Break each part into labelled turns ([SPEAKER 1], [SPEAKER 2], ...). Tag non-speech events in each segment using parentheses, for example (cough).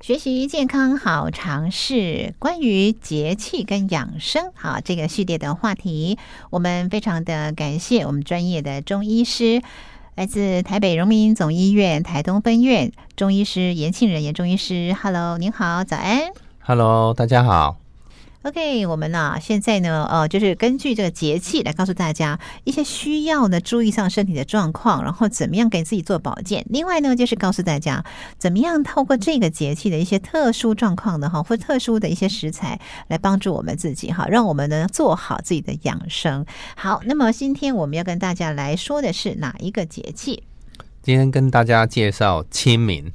[SPEAKER 1] 学习健康好常识，关于节气跟养生，好这个系列的话题，我们非常的感谢我们专业的中医师，来自台北荣民总医院台东分院中医师严庆仁严中医师，Hello，您好，早安。
[SPEAKER 2] Hello，大家好。
[SPEAKER 1] OK，我们呢、现在呢，呃，就是根据这个节气来告诉大家一些需要呢注意上身体的状况，然后怎么样给自己做保健。另外呢，就是告诉大家怎么样透过这个节气的一些特殊状况呢，哈，或特殊的一些食材来帮助我们自己哈，让我们呢做好自己的养生。好，那么今天我们要跟大家来说的是哪一个节气？
[SPEAKER 2] 今天跟大家介绍清明。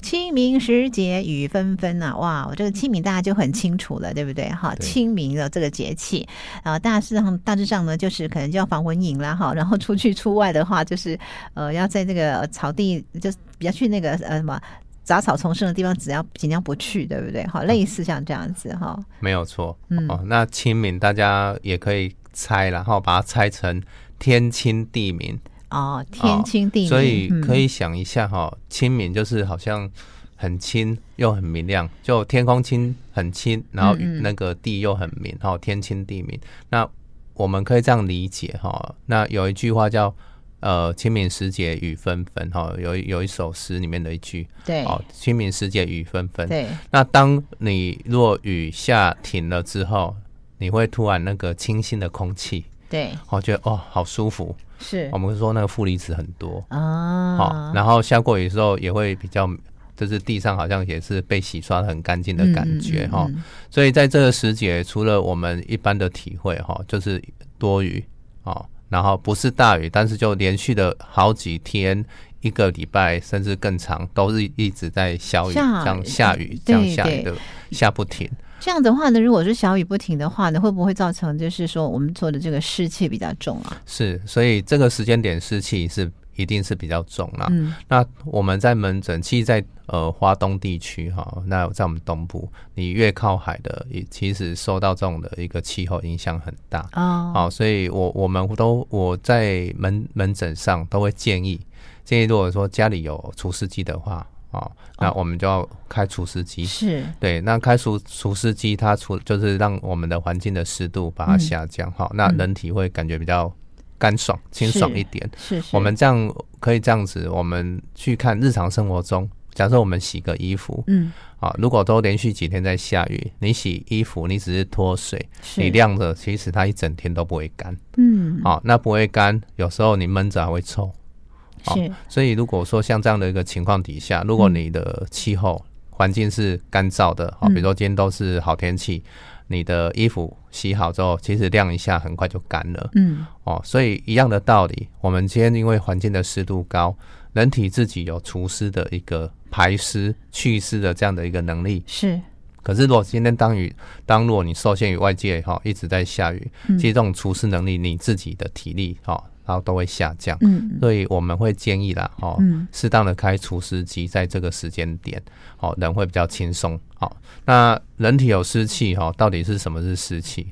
[SPEAKER 1] 清明时节雨纷纷呐、哇，我这个清明大家就很清楚了，对不对？哈，
[SPEAKER 2] 嗯对
[SPEAKER 1] 清明的这个节气，啊，大致上大致上呢，就是可能就要防蚊蝇啦，哈， (laughs) 然后出去出外的话，就是呃，要在这个草地，就是比较去那个呃什么杂草丛生的地方，只要尽量不去，对不对？哈，
[SPEAKER 2] 嗯
[SPEAKER 1] 类似像这样子哈，
[SPEAKER 2] 没有错。
[SPEAKER 1] 嗯
[SPEAKER 2] 哦，那清明大家也可以猜，然后把它猜成天清地明，
[SPEAKER 1] 哦，天清地明，
[SPEAKER 2] 所以可
[SPEAKER 1] 嗯、
[SPEAKER 2] 以想一下哈、清明就是好像很清又很明亮，就天空清很清，然后
[SPEAKER 1] 嗯嗯
[SPEAKER 2] 那个地又很明，哈、天清地明。那我们可以这样理解哈、那有一句话叫。呃，清明时节雨纷纷，哈、有一有一首诗里面的一句，
[SPEAKER 1] 嗯对、
[SPEAKER 2] 哦，清明时节雨纷纷，
[SPEAKER 1] 对，
[SPEAKER 2] 那当你若雨下停了之后，你会突然那个清新的空气，
[SPEAKER 1] 对，
[SPEAKER 2] 我觉得哦好舒服。
[SPEAKER 1] 是
[SPEAKER 2] 我们说那个负离子很多，哦好、
[SPEAKER 1] 啊，
[SPEAKER 2] 然后下过雨之后也会比较，就是地上好像也是被洗刷的很干净的感觉哈、
[SPEAKER 1] 嗯嗯嗯
[SPEAKER 2] 所以在这个时节，除了我们一般的体会哈、就是多雨哦，然后不是大雨，但是就连续的好几天。一个礼拜甚至更长，都是一直在下雨，这
[SPEAKER 1] 下
[SPEAKER 2] 样下雨，这
[SPEAKER 1] 对
[SPEAKER 2] 样下
[SPEAKER 1] 对
[SPEAKER 2] 雨的下不停。
[SPEAKER 1] 这样的话呢，如果是小雨不停的话呢，会不会造成就是说我们做的这个湿气比较重啊？
[SPEAKER 2] 是，所以这个时间点湿气是一定是比较重啦。
[SPEAKER 1] 嗯，
[SPEAKER 2] 那我们在门诊，其实在呃华东地区哈、那在我们东部，你越靠海的，也其实受到这种的一个气候影响很大。
[SPEAKER 1] 哦，
[SPEAKER 2] 好、所以我我们都我在门门诊上都会建议，建议如果说家里有除湿机的话，哦，那我们就要开除湿机。
[SPEAKER 1] 是，
[SPEAKER 2] 对，那开除除湿机，它除就是让我们的环境的湿度把
[SPEAKER 1] 嗯
[SPEAKER 2] 它下降哈、那人体会感觉比较干爽、清爽一点。
[SPEAKER 1] 是是，
[SPEAKER 2] 我们这样可以这样子，我们去看日常生活中，假设我们洗个衣服
[SPEAKER 1] 嗯
[SPEAKER 2] 啊，如果都连续几天在下雨，你洗衣服你只是脱水，
[SPEAKER 1] 是
[SPEAKER 2] 你晾着，其实它一整天都不会干
[SPEAKER 1] 嗯
[SPEAKER 2] 啊。那不会干，有时候你闷着还会臭。好
[SPEAKER 1] 是
[SPEAKER 2] 所以如果说像这样的一个情况底下，如果你的气候环境是干燥的，好、
[SPEAKER 1] 嗯
[SPEAKER 2] 比如说今天都是好天气，你的衣服洗好之后，其实晾一下很快就干了
[SPEAKER 1] 嗯
[SPEAKER 2] 哦。所以一样的道理，我们今天因为环境的湿度高，人体自己有除湿的一个排湿祛湿的这样的一个能力。
[SPEAKER 1] 是
[SPEAKER 2] 可是如果今天当雨，当如果你受限于外界哈、一直在下雨，
[SPEAKER 1] 嗯
[SPEAKER 2] 其实这种除湿能力，你自己的体力哈、然后都会下降。
[SPEAKER 1] 嗯
[SPEAKER 2] 所以我们会建议啦，哦
[SPEAKER 1] 嗯，
[SPEAKER 2] 适当的开除湿机，在这个时间点，哦，人会比较轻松。好、那人体有湿气，哈、到底是什么是湿气？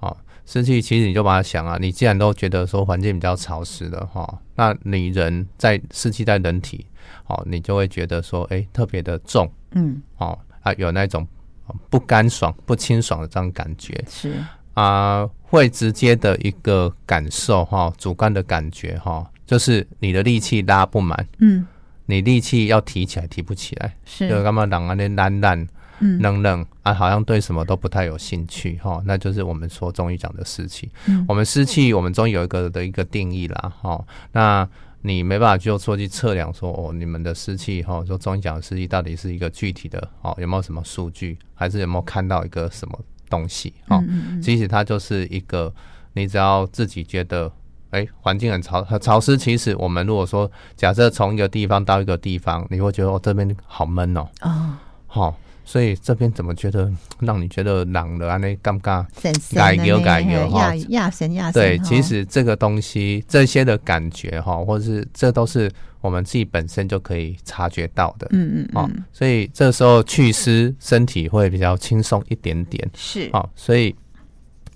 [SPEAKER 2] 哦，湿气其实你就把它想啊，你既然都觉得说环境比较潮湿的哈、那你人在湿气在人体，哦，你就会觉得说，哎、特别的重，
[SPEAKER 1] 嗯
[SPEAKER 2] 哦，啊，有那种哦不干爽、不清爽的这样感觉。
[SPEAKER 1] 是
[SPEAKER 2] 啊、会直接的一个感受哈、主观的感觉哈、就是你的力气拉不满，
[SPEAKER 1] 嗯
[SPEAKER 2] 你力气要提起来提不起来，就是干嘛人啊那懒懒
[SPEAKER 1] 嗯
[SPEAKER 2] 愣愣啊，好像对什么都不太有兴趣哈、那就是我们说中医讲的湿气。
[SPEAKER 1] 嗯
[SPEAKER 2] 我们湿气，我们中医有一个的一个定义啦哈、那。你没办法就说去测量说哦，你们的湿气哈，说中医讲的湿气到底是一个具体的哦，有没有什么数据，还是有没有看到一个什么东西哈？
[SPEAKER 1] 嗯嗯
[SPEAKER 2] 其实它就是一个，你只要自己觉得，哎、环境很潮很潮湿。其实我们如果说，假设从一个地方到一个地方，你会觉得哦，这边好闷哦，
[SPEAKER 1] 嗯哦，
[SPEAKER 2] 好、所以这边怎么觉得让你觉得冷了啊？那尴尬。
[SPEAKER 1] 神神
[SPEAKER 2] 改
[SPEAKER 1] 的
[SPEAKER 2] 油
[SPEAKER 1] 呢
[SPEAKER 2] 改油
[SPEAKER 1] 亚
[SPEAKER 2] 哈
[SPEAKER 1] 亚神亚神
[SPEAKER 2] 对，
[SPEAKER 1] 哈
[SPEAKER 2] 其实这个东西，这些的感觉哈，或者是这都是我们自己本身就可以察觉到的。
[SPEAKER 1] 嗯嗯
[SPEAKER 2] 哦
[SPEAKER 1] 嗯，
[SPEAKER 2] 所以这时候祛湿，身体会比较轻松一点点。
[SPEAKER 1] 是
[SPEAKER 2] 好、所以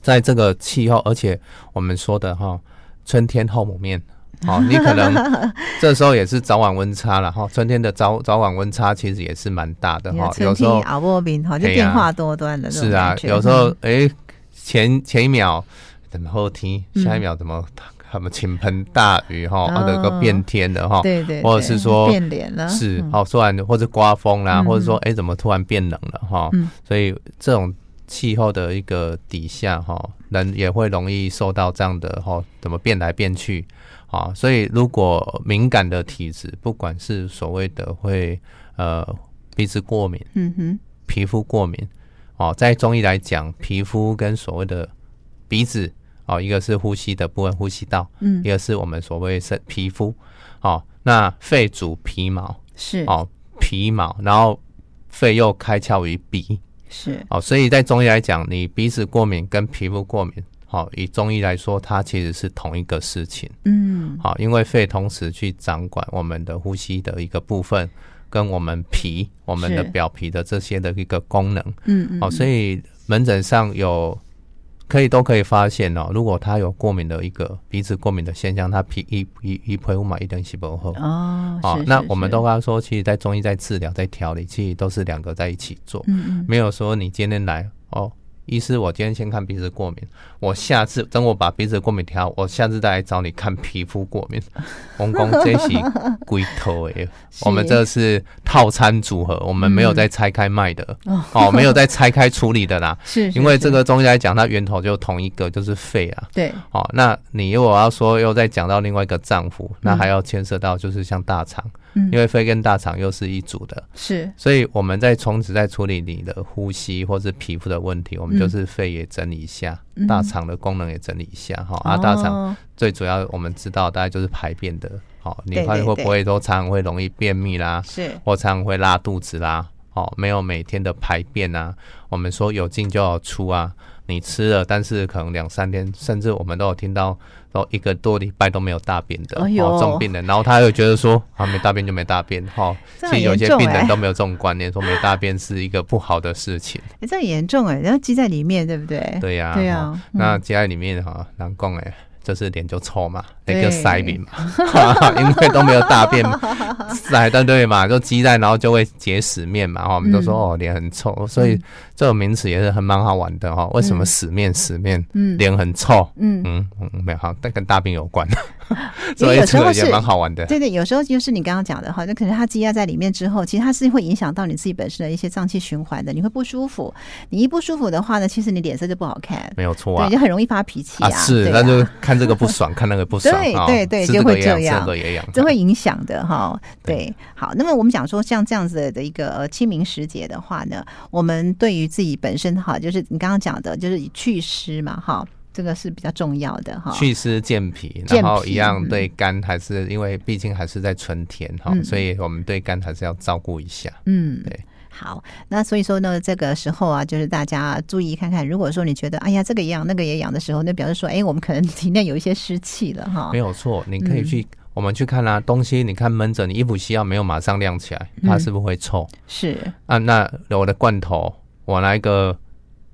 [SPEAKER 2] 在这个气候，而且我们说的哈、春天后母面，哦，你可
[SPEAKER 1] (laughs)
[SPEAKER 2] 能这时候也是早晚温差了哈、春天的早早晚温差其实也是蛮大的
[SPEAKER 1] 你
[SPEAKER 2] 哈、
[SPEAKER 1] 要春
[SPEAKER 2] 有时
[SPEAKER 1] 天
[SPEAKER 2] 候
[SPEAKER 1] 熬不冰哈，就
[SPEAKER 2] 哎呀
[SPEAKER 1] 变化多端的这
[SPEAKER 2] 是
[SPEAKER 1] 种
[SPEAKER 2] 啊
[SPEAKER 1] 感，觉。嗯
[SPEAKER 2] 有时候哎、前前一秒怎么后天，
[SPEAKER 1] 嗯
[SPEAKER 2] 下一秒怎么 (laughs) 什么倾盆大雨哈，
[SPEAKER 1] 哦
[SPEAKER 2] 或者个变天的哈
[SPEAKER 1] 嗯，对对，
[SPEAKER 2] 或者
[SPEAKER 1] 对
[SPEAKER 2] 是说
[SPEAKER 1] 变脸了，
[SPEAKER 2] 是
[SPEAKER 1] 嗯
[SPEAKER 2] 哦，突然或者刮风啦，
[SPEAKER 1] 嗯
[SPEAKER 2] 或者说哎、怎么突然变冷了哈、
[SPEAKER 1] 嗯
[SPEAKER 2] 所以这种气候的一个底下哈、人也会容易受到这样的哈、怎么变来变去啊、所以如果敏感的体质，不管是所谓的会呃鼻子过敏、
[SPEAKER 1] 嗯哼，
[SPEAKER 2] 皮肤过敏哦，在中医来讲，皮肤跟所谓的鼻子哦，一个是呼吸的部分，呼吸道，
[SPEAKER 1] 嗯
[SPEAKER 2] 一个是我们所谓身皮肤哦，那肺主皮毛。
[SPEAKER 1] 是
[SPEAKER 2] 哦，皮毛，然后肺又开窍于鼻
[SPEAKER 1] 是
[SPEAKER 2] 哦，所以在中医来讲，你鼻子过敏跟皮肤过敏，哦，以中医来说，它其实是同一个事情，
[SPEAKER 1] 嗯
[SPEAKER 2] 好、因为肺同时去掌管我们的呼吸的一个部分，跟我们皮、我们的
[SPEAKER 1] 是
[SPEAKER 2] 表皮的这些的一个功能，
[SPEAKER 1] 嗯嗯
[SPEAKER 2] 哦，所以门诊上有。可以都可以发现哦，如果他有过敏的一个鼻子过敏的现象，他皮一一一皮肤嘛一定是不好。
[SPEAKER 1] 哦
[SPEAKER 2] 哦
[SPEAKER 1] 是，
[SPEAKER 2] 那
[SPEAKER 1] 是
[SPEAKER 2] 我们
[SPEAKER 1] 是
[SPEAKER 2] 都跟他说，其实，在中医在治疗、在调理，其实都是两个在一起做，
[SPEAKER 1] 嗯
[SPEAKER 2] 没有说你今天来哦，医师，我今天先看鼻子过敏，我下次等我把鼻子过敏调好，我下次再来找你看皮肤过敏。我们讲这是龟头
[SPEAKER 1] (laughs)
[SPEAKER 2] 诶，我们这是套餐组合，我们没有在拆开卖的、
[SPEAKER 1] 哦
[SPEAKER 2] 哦，没有在拆开处理的啦，
[SPEAKER 1] 是 (laughs) 是
[SPEAKER 2] 因为这
[SPEAKER 1] 是
[SPEAKER 2] 个中医来讲，它源头就同一个，就是肺啊。
[SPEAKER 1] 对
[SPEAKER 2] 哦，那你如果要说又再讲到另外一个脏腑，那还要牵涉到就是像大肠，
[SPEAKER 1] 嗯
[SPEAKER 2] 因为肺跟大肠又是一组的，
[SPEAKER 1] 是
[SPEAKER 2] 所以我们在从此在处理你的呼吸或是皮肤的问题，我们就是肺也整理一下，
[SPEAKER 1] 嗯
[SPEAKER 2] 大肠的功能也整理一下哈、啊，大肠
[SPEAKER 1] 哦
[SPEAKER 2] 最主要我们知道大概就是排便的，好、你
[SPEAKER 1] 对
[SPEAKER 2] 看
[SPEAKER 1] 对
[SPEAKER 2] 会
[SPEAKER 1] 对
[SPEAKER 2] 不会都常常会容易便秘啦，
[SPEAKER 1] 是
[SPEAKER 2] 或常常会拉肚子啦，哦，没有每天的排便啊。我们说有进就要出啊，你吃了，但是可能两三天，甚至我们都有听到，然后一个多礼拜都没有大便的，
[SPEAKER 1] 哎呦
[SPEAKER 2] 哦，重病人，然后他又觉得说啊，没大便就没大便，哈、哦，
[SPEAKER 1] 这
[SPEAKER 2] 其
[SPEAKER 1] 很
[SPEAKER 2] 实有
[SPEAKER 1] 严
[SPEAKER 2] 些
[SPEAKER 1] 重
[SPEAKER 2] 病
[SPEAKER 1] 哎
[SPEAKER 2] 人都没有这种观念，说没大便是一个不好的事情，
[SPEAKER 1] 欸这很严重哎，然后积在里面，对不 (laughs) 对？
[SPEAKER 2] 对呀、
[SPEAKER 1] 对
[SPEAKER 2] 哦
[SPEAKER 1] 啊，
[SPEAKER 2] 那
[SPEAKER 1] 嗯
[SPEAKER 2] 家里面哈，难讲哎，就是脸就臭嘛，那
[SPEAKER 1] 对
[SPEAKER 2] 个塞饼嘛， (laughs) 哈哈因为都没有大便塞，对对嘛，就鸡蛋，然后就会结石面嘛，哈，我们都说、
[SPEAKER 1] 嗯
[SPEAKER 2] 哦脸很臭，所以这种名词也是很蛮好玩的哈。为什么死面死面，
[SPEAKER 1] 嗯
[SPEAKER 2] 脸很臭？
[SPEAKER 1] 嗯，
[SPEAKER 2] 嗯嗯，没有好，但跟大便
[SPEAKER 1] (laughs)
[SPEAKER 2] 有关，
[SPEAKER 1] 因
[SPEAKER 2] 所
[SPEAKER 1] 为
[SPEAKER 2] 以
[SPEAKER 1] 有时
[SPEAKER 2] 这
[SPEAKER 1] 候
[SPEAKER 2] 个也
[SPEAKER 1] 是
[SPEAKER 2] 蛮好玩的。
[SPEAKER 1] 对对，有时候就是你刚刚讲的哈，那可能它积压在里面之后，其实它是会影响到你自己本身的一些脏器循环的，你会不舒服。你一不舒服的话呢，其实你脸色就不好看，
[SPEAKER 2] 没有错啊
[SPEAKER 1] 对，，就很容易发脾气
[SPEAKER 2] 啊
[SPEAKER 1] 对
[SPEAKER 2] 是，
[SPEAKER 1] 啊
[SPEAKER 2] 那就看这个不爽，看那个不爽，
[SPEAKER 1] 对
[SPEAKER 2] 哦
[SPEAKER 1] 对对就
[SPEAKER 2] 吃这个
[SPEAKER 1] 会
[SPEAKER 2] 也
[SPEAKER 1] 这
[SPEAKER 2] 痒吃
[SPEAKER 1] 样
[SPEAKER 2] 这个也痒，
[SPEAKER 1] 这会影响的哈。
[SPEAKER 2] 嗯对
[SPEAKER 1] 对，好，那么我们讲说像这样子的一个呃清明时节的话呢，我们对于自己本身哈，就是你刚刚讲的，就是祛湿嘛哈，这个是比较重要的哈。
[SPEAKER 2] 祛湿健脾，
[SPEAKER 1] 健
[SPEAKER 2] 然后
[SPEAKER 1] 脾
[SPEAKER 2] 一样
[SPEAKER 1] 嗯
[SPEAKER 2] 对肝还是因为毕竟还是在春天哈、
[SPEAKER 1] 嗯
[SPEAKER 2] 所以我们对肝还是要照顾一下。
[SPEAKER 1] 嗯，
[SPEAKER 2] 对。
[SPEAKER 1] 好，那所以说呢，这个时候啊，就是大家注意看看，如果说你觉得哎呀这个也痒那个也痒的时候，那表示说哎，我们可能体内有一些湿气了哈
[SPEAKER 2] 没。有错，你可以
[SPEAKER 1] 嗯
[SPEAKER 2] 去、我们去看啊，东西你看闷着，你衣服洗要没有马上晾起来，它
[SPEAKER 1] 嗯
[SPEAKER 2] 是不是会臭、
[SPEAKER 1] 是，
[SPEAKER 2] 啊？那我的罐头，我拿一个。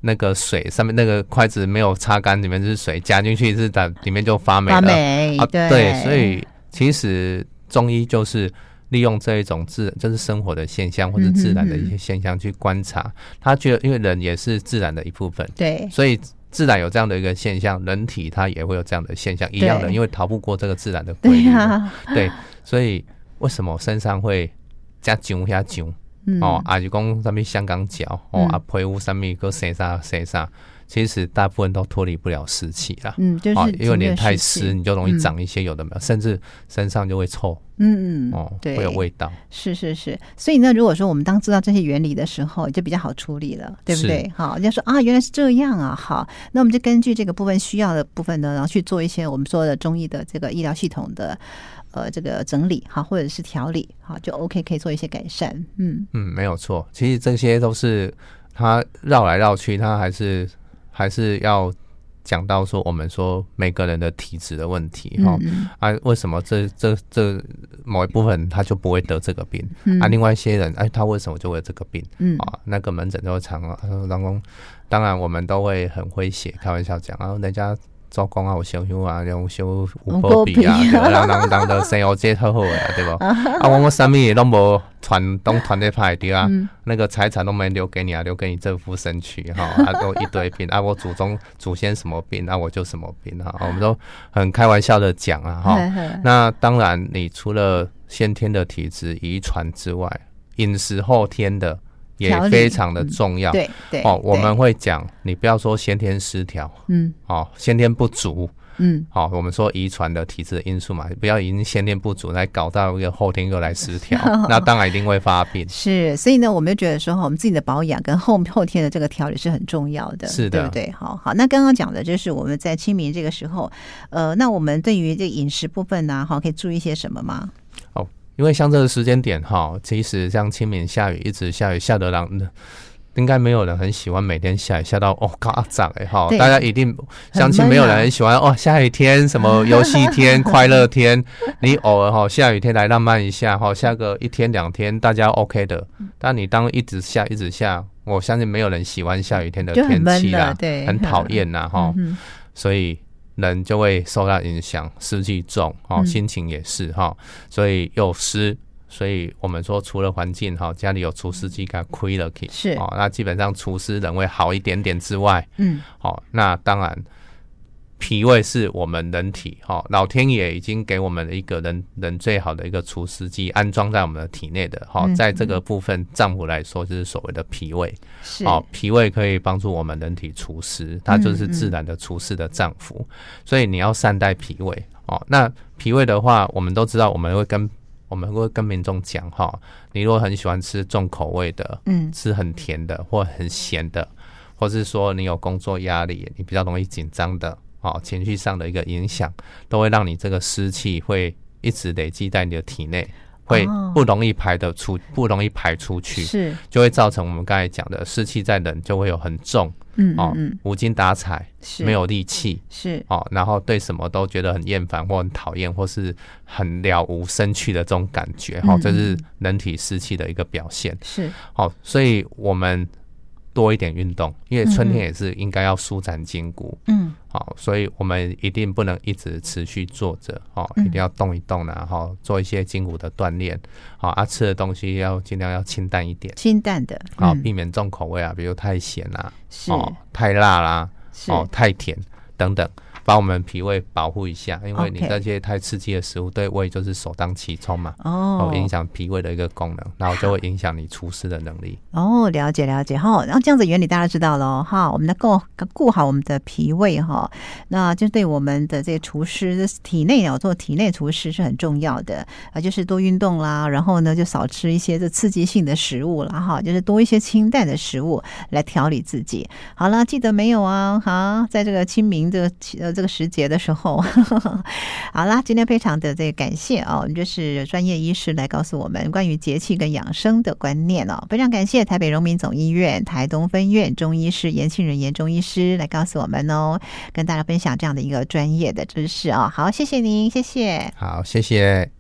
[SPEAKER 2] 那个水上面那个筷子没有擦干，里面是水，夹进去是打里面就发霉
[SPEAKER 1] 发
[SPEAKER 2] 了。
[SPEAKER 1] 霉，
[SPEAKER 2] 啊，
[SPEAKER 1] 对
[SPEAKER 2] 所以其实中医就是利用这一种自就是生活的现象或者自然的
[SPEAKER 1] 嗯
[SPEAKER 2] 一些现象去观察，他觉得因为人也是自然的一部分，
[SPEAKER 1] 对
[SPEAKER 2] 所以。自然有这样的一个现象，人体它也会有这样的现象，一样的，
[SPEAKER 1] 对
[SPEAKER 2] 因为逃不过这个自
[SPEAKER 1] (laughs)
[SPEAKER 2] 然的规
[SPEAKER 1] 对
[SPEAKER 2] 律
[SPEAKER 1] 呀、
[SPEAKER 2] 嘛。对，所以为什么身上会加痒加痒？
[SPEAKER 1] 嗯，
[SPEAKER 2] 哦，啊，就讲什么香港脚，哦，
[SPEAKER 1] 嗯
[SPEAKER 2] 啊，皮肤上面个谁啥谁啥，其实大部分都脱离不了湿气啦。
[SPEAKER 1] 嗯，就是、
[SPEAKER 2] 啊，因为脸太湿，，你就容易
[SPEAKER 1] 嗯
[SPEAKER 2] 长一些有的没有，甚至身上就会臭
[SPEAKER 1] 嗯嗯，
[SPEAKER 2] 哦，
[SPEAKER 1] 对，
[SPEAKER 2] 会有味道。
[SPEAKER 1] 是是是，所以呢，如果说我们当知道这些原理的时候，就比较好处理了，对不
[SPEAKER 2] 是
[SPEAKER 1] 对？好，人家说啊，原来是这样啊，好，那我们就根据这个部分需要的部分呢，然后去做一些我们说的中医的这个医疗系统的呃这个整理哈，或者是调理哈，就 OK 可以做一些改善，嗯
[SPEAKER 2] 嗯，没有错。其实这些都是它绕来绕去，它还是还是要讲到说我们说每个人的体质的问题哈、
[SPEAKER 1] 嗯嗯
[SPEAKER 2] 啊，为什么这这这某一部分人他就不会得这个病、
[SPEAKER 1] 嗯
[SPEAKER 2] 啊？另外一些人哎，他为什么就会有这个病？
[SPEAKER 1] 嗯
[SPEAKER 2] 啊，那个门诊都常啊，他说：“老公，当然我们都会很诙谐，开玩笑讲，然后人家做工啊，有烧香啊，有烧有
[SPEAKER 1] 有
[SPEAKER 2] 保庇啊，
[SPEAKER 1] 保庇
[SPEAKER 2] 对啊人人人都生活节好好的啊，
[SPEAKER 1] (laughs)
[SPEAKER 2] 对无？啊，我我啥物都无传，拢传咧派对
[SPEAKER 1] 嗯
[SPEAKER 2] 啊，那个财产都没留给你啊，留给你这副身躯哈， (laughs) 啊都一堆病啊，我祖宗祖先什么病，那、我就什么病啊，我们都很开玩笑的讲啊哈。
[SPEAKER 1] 呵呵
[SPEAKER 2] 那当然，你除了先天的体质遗传之外，饮食后天的也
[SPEAKER 1] 调理
[SPEAKER 2] 非常的重要。
[SPEAKER 1] 对对
[SPEAKER 2] 哦，我
[SPEAKER 1] 对
[SPEAKER 2] 们会讲，你不要说先天失调，
[SPEAKER 1] 嗯
[SPEAKER 2] 哦，先天不足，
[SPEAKER 1] 嗯
[SPEAKER 2] 哦，我们说遗传的体质的因素嘛，不要因先天不足来搞到一个后天又来失
[SPEAKER 1] (laughs)
[SPEAKER 2] 调，那当然一定会发病。
[SPEAKER 1] 是，所以呢，我们就觉得说哈，我们自己的保养跟后后天的这个调理是很重要的，
[SPEAKER 2] 是
[SPEAKER 1] 对
[SPEAKER 2] 的
[SPEAKER 1] 不对？好好，那刚刚讲的就是我们在清明这个时候，呃，那我们对于这个饮食部分呢、哈，可以注意些什么吗？
[SPEAKER 2] 因为像这个时间点哈，其实像清明下雨，一直下雨，下得让应该没有人很喜欢每天下雨，下到哦嘎涨哎哈，
[SPEAKER 1] 对
[SPEAKER 2] 大家一定
[SPEAKER 1] 很
[SPEAKER 2] 相信
[SPEAKER 1] 闷
[SPEAKER 2] 没有
[SPEAKER 1] 啊
[SPEAKER 2] 人很喜欢哦下雨天什
[SPEAKER 1] (laughs)
[SPEAKER 2] 么游戏天、快乐天，你偶尔哈、下雨天来浪漫一下哈、下个一天两天大家 OK 的，但你当一直下一直下，我相信没有人喜欢下雨天的
[SPEAKER 1] 就很
[SPEAKER 2] 天
[SPEAKER 1] 闷
[SPEAKER 2] 气
[SPEAKER 1] 了
[SPEAKER 2] 啦，
[SPEAKER 1] 对
[SPEAKER 2] 很讨厌呐哈，
[SPEAKER 1] 嗯
[SPEAKER 2] 所以人就会受到影响，湿气重哦，
[SPEAKER 1] 嗯
[SPEAKER 2] 心情也是哈、所以又湿，所以我们说除了环境哈、家里有除湿机给它亏了去，
[SPEAKER 1] 是
[SPEAKER 2] 哦，那基本上除湿人会好一点点之外，
[SPEAKER 1] 嗯，
[SPEAKER 2] 哦，那当然。脾胃是我们人体哈、哦，老天爷已经给我们的一个人人最好的一个除湿机，安装在我们的体内的哈、哦
[SPEAKER 1] 嗯
[SPEAKER 2] 在这个部分脏腑来说，就是所谓的脾胃。
[SPEAKER 1] 是
[SPEAKER 2] 哦，脾胃可以帮助我们人体除湿，它就是
[SPEAKER 1] 嗯嗯
[SPEAKER 2] 自然的除湿的脏腑，所以你要善待脾胃哦。那脾胃的话，我们都知道，我们会跟我们会跟民众讲哈、你如果很喜欢吃重口味的，
[SPEAKER 1] 嗯
[SPEAKER 2] 吃很甜的或很咸的，或是说你有工作压力，你比较容易紧张的，哦，情绪上的一个影响，都会让你这个湿气会一直累积在你的体内，会
[SPEAKER 1] 哦
[SPEAKER 2] 不容易排的出，不容易排出去。
[SPEAKER 1] 是
[SPEAKER 2] 就会造成我们刚才讲的湿气在人就会有很重
[SPEAKER 1] 嗯
[SPEAKER 2] 哦
[SPEAKER 1] 嗯，嗯
[SPEAKER 2] 无精打采，
[SPEAKER 1] 是
[SPEAKER 2] 没有力气
[SPEAKER 1] 是
[SPEAKER 2] 哦，然后对什么都觉得很厌烦或很讨厌，或是很了无生趣的这种感觉哈、
[SPEAKER 1] 嗯
[SPEAKER 2] 哦，这是人体湿气的一个表现。
[SPEAKER 1] 是
[SPEAKER 2] 哦，所以我们多一点运动，因为春
[SPEAKER 1] 嗯
[SPEAKER 2] 天也是应该要舒展筋骨。
[SPEAKER 1] 嗯
[SPEAKER 2] 好，所以我们一定不能一直持续坐着哦，一
[SPEAKER 1] 嗯
[SPEAKER 2] 定要动一动啦，然后做一些筋骨的锻炼。好、啊，吃的东西要尽量要清淡一点。
[SPEAKER 1] 清淡的
[SPEAKER 2] 啊，
[SPEAKER 1] 嗯
[SPEAKER 2] 避免重口味啊，比如太咸啦、
[SPEAKER 1] 是
[SPEAKER 2] 哦，太辣啦，
[SPEAKER 1] 是
[SPEAKER 2] 哦，太甜等等，把我们脾胃保护一下，因为你
[SPEAKER 1] OK
[SPEAKER 2] 这些太刺激的食物对胃就是首当其冲嘛，
[SPEAKER 1] 哦
[SPEAKER 2] 哦，影响脾胃的一个功能，然后就会影响你除湿的能力。
[SPEAKER 1] 哦，了解了解哈，然后这样子原理大家知道了哈，我们能够顾好我们的脾胃哈，那就对我们的这个除湿体内啊做体内除湿是很重要的啊，就是多运动啦，然后呢就少吃一些这刺激性的食物啦哈，就是多一些清淡的食物来调理自己。好了，记得没有啊？好，在这个清明这个呃这个时节的时候，好啦，今天非常的这个感谢啊，我们就是专业医师来告诉我们关于节气跟养生的观念哦，非常感谢台北荣民总医院台东分院中医师严庆仁严中医师来告诉我们哦，跟大家分享这样的一个专业的知识啊。好，谢谢您，谢谢。
[SPEAKER 2] 好，谢谢。